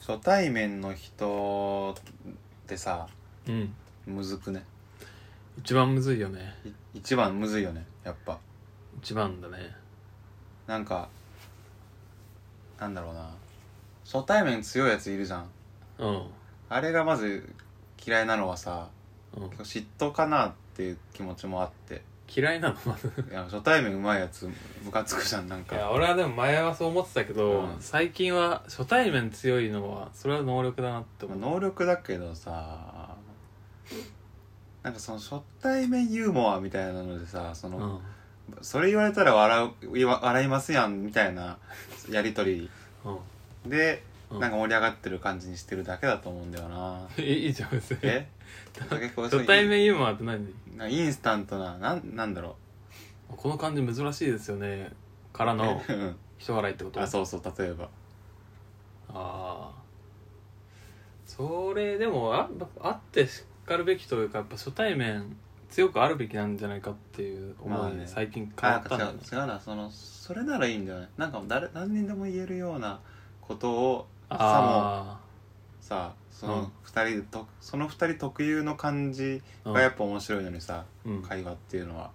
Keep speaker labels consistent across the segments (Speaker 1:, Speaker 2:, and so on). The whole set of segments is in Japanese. Speaker 1: 初対面の人ってさ
Speaker 2: うん
Speaker 1: むずくね
Speaker 2: 一番むずいよね
Speaker 1: い一番むずいよねやっぱ
Speaker 2: 一番だね
Speaker 1: なんかなんだろうな初対面強いやついるじゃん
Speaker 2: うん
Speaker 1: あれがまず嫌いなのはさ
Speaker 2: うん
Speaker 1: 嫉妬かなっていう気持ちもあって
Speaker 2: 嫌いなのまず
Speaker 1: いや初対面うまいやつムカつくじゃんなん
Speaker 2: い
Speaker 1: か
Speaker 2: や俺はでも前はそう思ってたけど、
Speaker 1: うん
Speaker 2: 最近は初対面強いのはそれは能力だなって
Speaker 1: ま
Speaker 2: 思
Speaker 1: あ
Speaker 2: う、
Speaker 1: 能力だけどさなんかその初対面ユーモアみたいなのでさその、それ言われたら笑ういわ笑いますやんみたいなやり取
Speaker 2: うんうん
Speaker 1: りで、
Speaker 2: うん
Speaker 1: なんか盛り上がってる感じにしてるだけだと思うんだよ な
Speaker 2: いいいいじゃん別に
Speaker 1: え結構そうい
Speaker 2: 初
Speaker 1: う
Speaker 2: 対面ユーモアって何
Speaker 1: なんかインスタントななんなんだろ
Speaker 2: この感じ珍しいですよねから
Speaker 1: う
Speaker 2: の
Speaker 1: うん
Speaker 2: 人笑いってこ と
Speaker 1: あそうそう例えば
Speaker 2: ああそれでもああってしかるべきというかやっぱ初対面強くあるべきなんじゃないかっていう思い
Speaker 1: まあね
Speaker 2: に最近変わ
Speaker 1: あ
Speaker 2: っ
Speaker 1: な
Speaker 2: た
Speaker 1: ん
Speaker 2: んだ
Speaker 1: か
Speaker 2: よ
Speaker 1: 違う違
Speaker 2: ね
Speaker 1: うなそのそれならいいんだよねなんか誰何人でも言えるようなことをさ
Speaker 2: あ
Speaker 1: もさそうの
Speaker 2: ん
Speaker 1: 二人と、その二人特有の感じ
Speaker 2: あ
Speaker 1: がやっぱ面白いのにさ、
Speaker 2: うん
Speaker 1: 会話っていうのは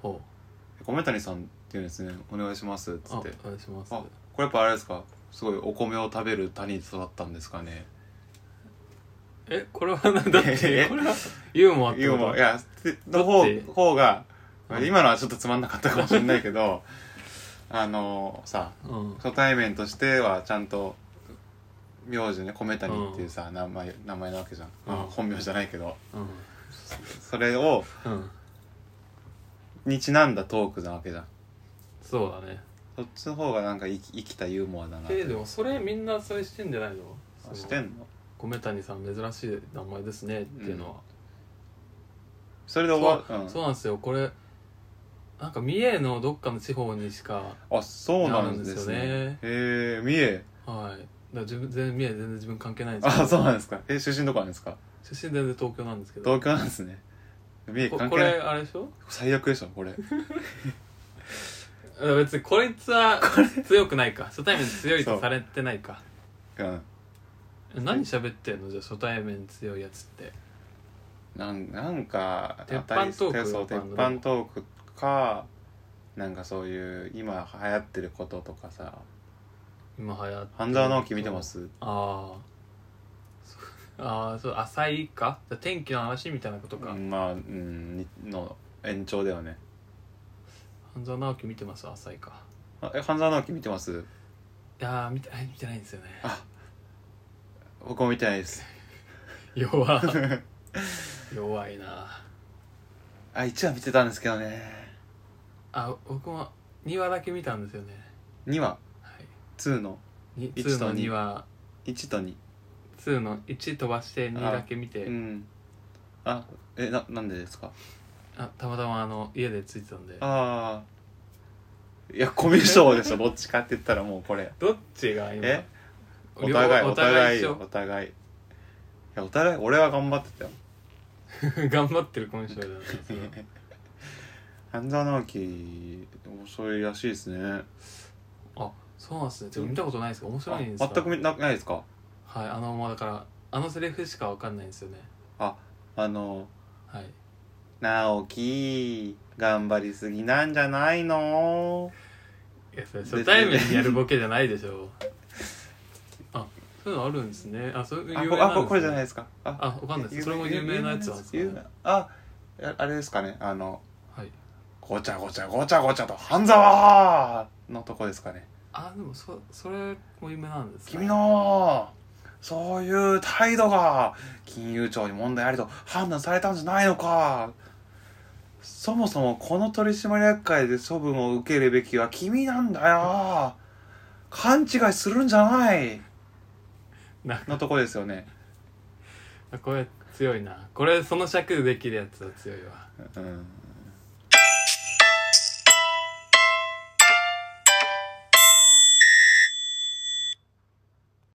Speaker 2: ほ
Speaker 1: 「米谷さんっていうんですねお願いします」っ
Speaker 2: う
Speaker 1: つ
Speaker 2: あ
Speaker 1: っ
Speaker 2: お
Speaker 1: て
Speaker 2: 願いします
Speaker 1: あこれやっぱあれですかすごいお米を食べる谷に育ったんですかね
Speaker 2: えこれは何だっ
Speaker 1: え
Speaker 2: てこれはユーモアって
Speaker 1: ユ
Speaker 2: こ
Speaker 1: ー
Speaker 2: と
Speaker 1: モアいやての方
Speaker 2: だって
Speaker 1: 方が
Speaker 2: うん
Speaker 1: 今のはちょっとつまんなかったかもしれないけど あのさ
Speaker 2: うん
Speaker 1: 初対面としてはちゃんと名字ね米谷っていうさ、名前名前なわけじゃん、まあ
Speaker 2: うん
Speaker 1: 本名じゃないけど
Speaker 2: うん
Speaker 1: それを
Speaker 2: うん
Speaker 1: にちなんだトークなわけじゃん
Speaker 2: そうだね
Speaker 1: そっちの方がなんか生き生きたユーモアだな
Speaker 2: えでもそれみんなそれしてんじゃないの
Speaker 1: あして
Speaker 2: の
Speaker 1: んの
Speaker 2: 米谷さん珍しい名前ですねっていうのは、
Speaker 1: それで
Speaker 2: そう
Speaker 1: 終わうん
Speaker 2: そうなんですよこれなんか三重のどっかの地方にしか
Speaker 1: あそうなんですね
Speaker 2: なるんです
Speaker 1: へえ
Speaker 2: よね
Speaker 1: 三重
Speaker 2: はいだから自分全然三重全然自分関係ないんですけ
Speaker 1: あ
Speaker 2: ど
Speaker 1: そうなんですかえ出身どこなんですか
Speaker 2: 出身全然東京なんですけど
Speaker 1: 東京なんですね三重
Speaker 2: こ
Speaker 1: 関
Speaker 2: こ
Speaker 1: 係
Speaker 2: れ
Speaker 1: ない
Speaker 2: あれでしょ
Speaker 1: 最悪でしょこれ
Speaker 2: あ別にこいつは強くないか初対面強い
Speaker 1: そ
Speaker 2: と
Speaker 1: う
Speaker 2: されてないか
Speaker 1: うん
Speaker 2: え何喋ってんのじゃあ初対面強いやつって
Speaker 1: なんなんか
Speaker 2: 鉄板
Speaker 1: 当たり
Speaker 2: トーク
Speaker 1: そう鉄板トークかなんかそういう今流行ってることとかさ
Speaker 2: 今流行っ
Speaker 1: 「
Speaker 2: てる
Speaker 1: 半沢直樹見てます
Speaker 2: ああああそう浅いかじゃあ天気の話みたいなこと」か、
Speaker 1: うんまあうんにの延長だよね
Speaker 2: 半沢直樹見てます浅いか
Speaker 1: 「あえ半沢直樹見てます?
Speaker 2: いやー見てあ見てないんですよね」
Speaker 1: 僕も見てないです
Speaker 2: 弱弱いな
Speaker 1: あ1話見てたんですけどね
Speaker 2: あ僕も2話だけ見たんですよね
Speaker 1: 2話
Speaker 2: はい
Speaker 1: 2の
Speaker 2: に
Speaker 1: 一
Speaker 2: 2
Speaker 1: と
Speaker 2: の
Speaker 1: 二
Speaker 2: 2は
Speaker 1: 1と2
Speaker 2: 2の1飛ばして2だけ見て
Speaker 1: うんあえななんでですか
Speaker 2: あたまたまあの家でついてたんで
Speaker 1: ああいやコミュ障でしょどっちかって言ったらもうこれ
Speaker 2: どっちが今
Speaker 1: えお
Speaker 2: 両
Speaker 1: 互いお
Speaker 2: お互
Speaker 1: 互
Speaker 2: い
Speaker 1: い
Speaker 2: 一
Speaker 1: よお
Speaker 2: 緒
Speaker 1: 互いいやお互い俺は頑張ってたよ
Speaker 2: 頑張ってる 今週だなそれは
Speaker 1: 半沢直樹面白いらしいですね
Speaker 2: あそうなんですねちょっと見たことないですか面白
Speaker 1: あ
Speaker 2: いんですか
Speaker 1: 全く見なないですか
Speaker 2: はいあのまあだからあのセリフしかわかんないんですよね
Speaker 1: あの
Speaker 2: はい
Speaker 1: 「直樹頑張りすぎなんじゃないの?
Speaker 2: いやそれ初対面でやるボケじゃないでしょ あそういうのあるんですねあそういう」有
Speaker 1: あ
Speaker 2: 名
Speaker 1: こ
Speaker 2: なん
Speaker 1: あ
Speaker 2: です、ね、
Speaker 1: ここれじゃないですかあ
Speaker 2: あわかんないですそれも有名なやつなんですか、
Speaker 1: 有名
Speaker 2: ね
Speaker 1: な、あああれですかねあの
Speaker 2: はい
Speaker 1: ごちゃごちゃごちゃごちゃと半沢のとこですかね
Speaker 2: あでもそそれも有名なんです
Speaker 1: 君のそういう態度が金融庁に問題ありと判断されたんじゃないのかそもそもこの取締役会で処分を受けるべきは君なんだよ勘違いするんじゃない
Speaker 2: な
Speaker 1: のとこですよね、
Speaker 2: あこれ強いなこれその尺でできるやつは強いわ
Speaker 1: うん、